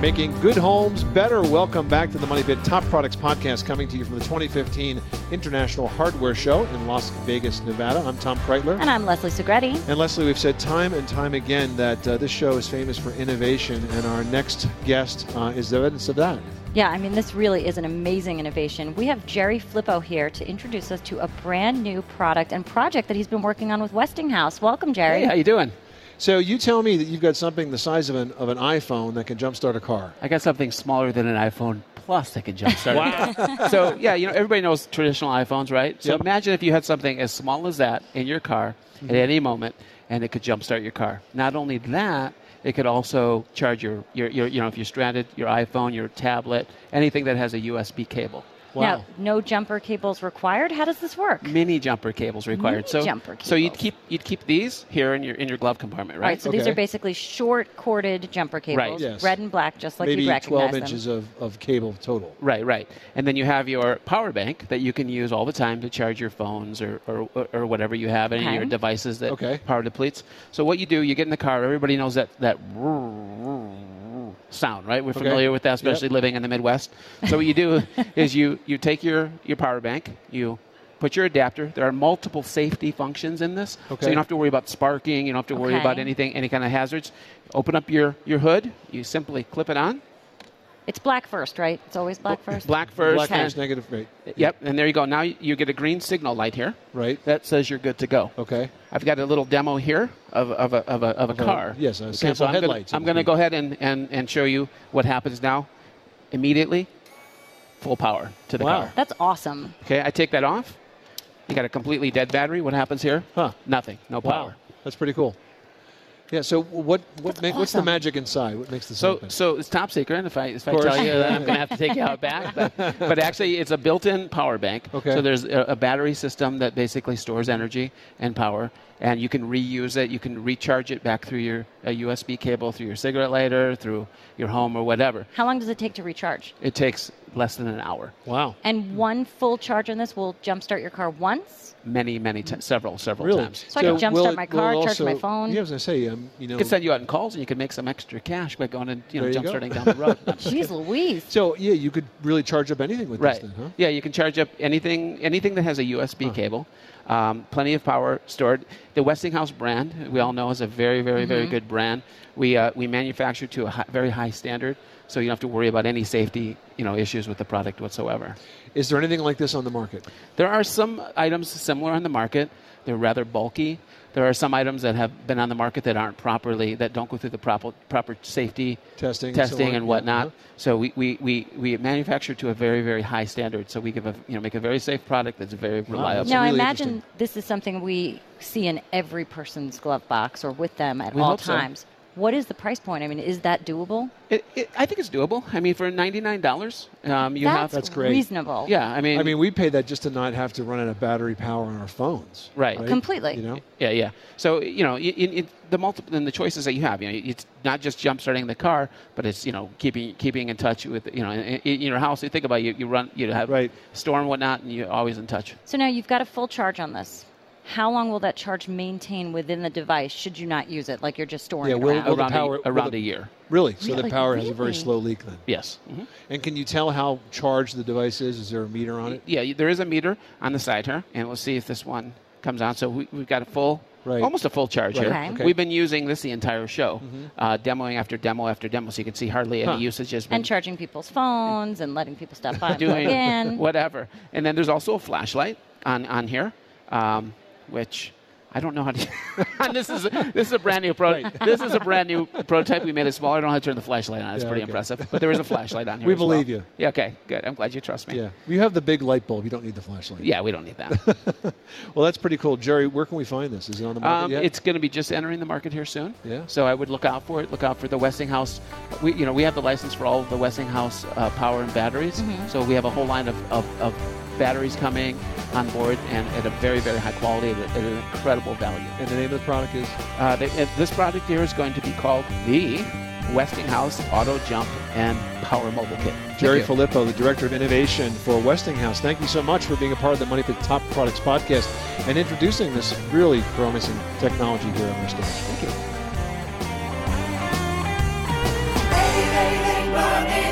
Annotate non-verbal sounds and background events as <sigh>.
Making good homes better. Welcome back to the Money Pit Top Products Podcast, coming to you from the 2015 International Hardware Show in Las Vegas, Nevada. I'm Tom Kreitler. And I'm Leslie Segretti. And Leslie, we've said time and time again that uh, this show is famous for innovation, and our next guest uh, is evidence of that. Yeah, I mean, this really is an amazing innovation. We have Jerry Flippo here to introduce us to a brand new product and project that he's been working on with Westinghouse. Welcome, Jerry. Hey, how you doing? So you tell me that you've got something the size of an, of an iPhone that can jumpstart a car. I got something smaller than an iPhone Plus that can jumpstart. wow. so yeah, you know everybody knows traditional iPhones, right? So Yep. imagine if you had something as small as that in your car Mm-hmm. at any moment, and it could jumpstart your car. Not only that, it could also charge your, your, your you know if you're stranded, your iPhone, your tablet, anything that has a USB cable. Wow. Now, no jumper cables required. How does this work? Mini jumper cables required. Mini so jumper so you'd cables. keep you'd keep these here in your in your glove compartment, All right, so these Okay. are basically short corded jumper cables, Yes. red and black, just like Maybe you'd recognize 12 them. inches of, of cable total. Right, right. And then you have your power bank that you can use all the time to charge your phones or, or, or whatever you have, any of your Okay. devices that Okay. power depletes. So what you do, you get in the car, everybody knows that, that sound, right? We're familiar with that, especially living in the Midwest. So what <laughs> you do is you, you take your, your power bank, you put your adapter. There are multiple safety functions in this. So Okay. you don't have to worry about sparking, you don't have to worry about Okay. anything, any kind of hazards. Open up your, your hood, you simply clip it on. It's black first, right? It's always black first. Black first, Black and- is negative rate. Yep, and there you go. Now you get a green signal light here. Right. That says you're good to go. Okay. I've got a little demo here of, of, a, of, a, of a car. yes, a sample I'm gonna- headlights. I'm going to go ahead and, and, and show you what happens now. Immediately, full power to the Wow. car. That's awesome. Okay, I take that off. You got a completely dead battery. What happens here? Huh. Nothing. No power. Wow. That's pretty cool. Yeah. So what, what make, what's the awesome. magic inside? What makes this So, happen? so it's top secret. And if I if I course. tell you, then I'm going to have to <laughs> take you out back. But, but actually, it's a built-in power bank. Okay. So there's a, a battery system that basically stores energy and power, and you can reuse it. You can recharge it back through your a USB cable, through your cigarette lighter, through your home or whatever. How long does it take to recharge? It takes less than an hour. wow. And one full charge on this will jumpstart your car once? Many, many, ti several, several Really? times. So I can jump will start it- my will it car, charge my also- phone. Yeah, I was going to say, um, you know. You can send you out in calls, and you can make some extra cash by going and you know There you jump go. starting down <laughs> the road. Jeez Louise. so yeah, you could really charge up anything with this, then, huh? Yeah, you can charge up anything anything that has a USB cable. Um, plenty of power stored. The Westinghouse brand, we all know, is a very, very, very good brand. We uh, we manufacture to a hi- very high standard, so you don't have to worry about any safety you know issues with the product whatsoever. Is there anything like this on the market? There are some items similar on the market. They're rather bulky. There are some items that have been on the market that aren't properly, that don't go through the proper, proper safety Testing and so testing on. and whatnot. Yeah. So we, we, we, we manufacture to a very, very high standard. So we give a, you know, make a very safe product that's very reliable. Now, I really imagine interesting. this is something we see in every person's glove box or with them at We all hope so. times. What is the price point? I mean, is that doable? It, it, I think it's doable. I mean, for $99, um, you that's, have, That's great. reasonable. yeah, I mean, I mean, we pay that just to not have to run out of battery power on our phones. Right. Completely. You know. Yeah, yeah. So you know, it, it, the multiple and the choices that you have. You know, it's not just jump starting the car, but it's you know keeping keeping in touch with you know in, in your house. You think about it, you you run you have Right. storm whatnot, and you're always in touch. So now you've got a full charge on this. How long will that charge maintain within the device should you not use it? Like you're just storing Yeah, it will- around? will the around power- a, will around the- a year. Really. So the Really? power has a very Really? slow leak then. Yes. Mhm. And can you tell how charged the device is? Is there a meter on it? Yeah, there is a meter on the side here, and we'll see if this one comes on. So we, we've got a full, Right. almost a full charge here. Okay. Okay. We've been using this the entire show, Mm-hmm. uh, demoing after demo after demo, so you can see hardly any usage has been and charging people's phones and letting people stop by and plug <laughs> doing in. whatever. And then there's also a flashlight on, on here, um, which I don't know how to. <laughs> and this is this is a brand new pro. This is a brand new prototype. We made it smaller. I don't know how to turn the flashlight on. It's Yeah, pretty okay. impressive. But there is a <laughs> flashlight on here. We as well. believe you. Yeah. Okay. Good. I'm glad you trust me. Yeah, you have the big light bulb. You don't need the flashlight. Yeah, we don't need that. Well, that's pretty cool, Jerry. Where can we find this? Is it on the market Um, yet? It's going to be just entering the market here soon. Yeah. So I would look out for it. Look out for the Westinghouse. We, you know, we have the license for all of the Westinghouse uh, power and batteries. So we have a whole line of, of, of batteries coming on board and at a very, very high quality at, a, at an incredible value. and the name of the product is Uh, they, and this product here is going to be called the Westinghouse Auto Jump and Power Mobile Kit. Thank Jerry you. Filippo, the Director of Innovation for Westinghouse. Thank you so much for being a part of the Money Pit Top Products podcast and introducing this really promising technology here on our stage. Thank you. Hey, hey, hey, Bobby.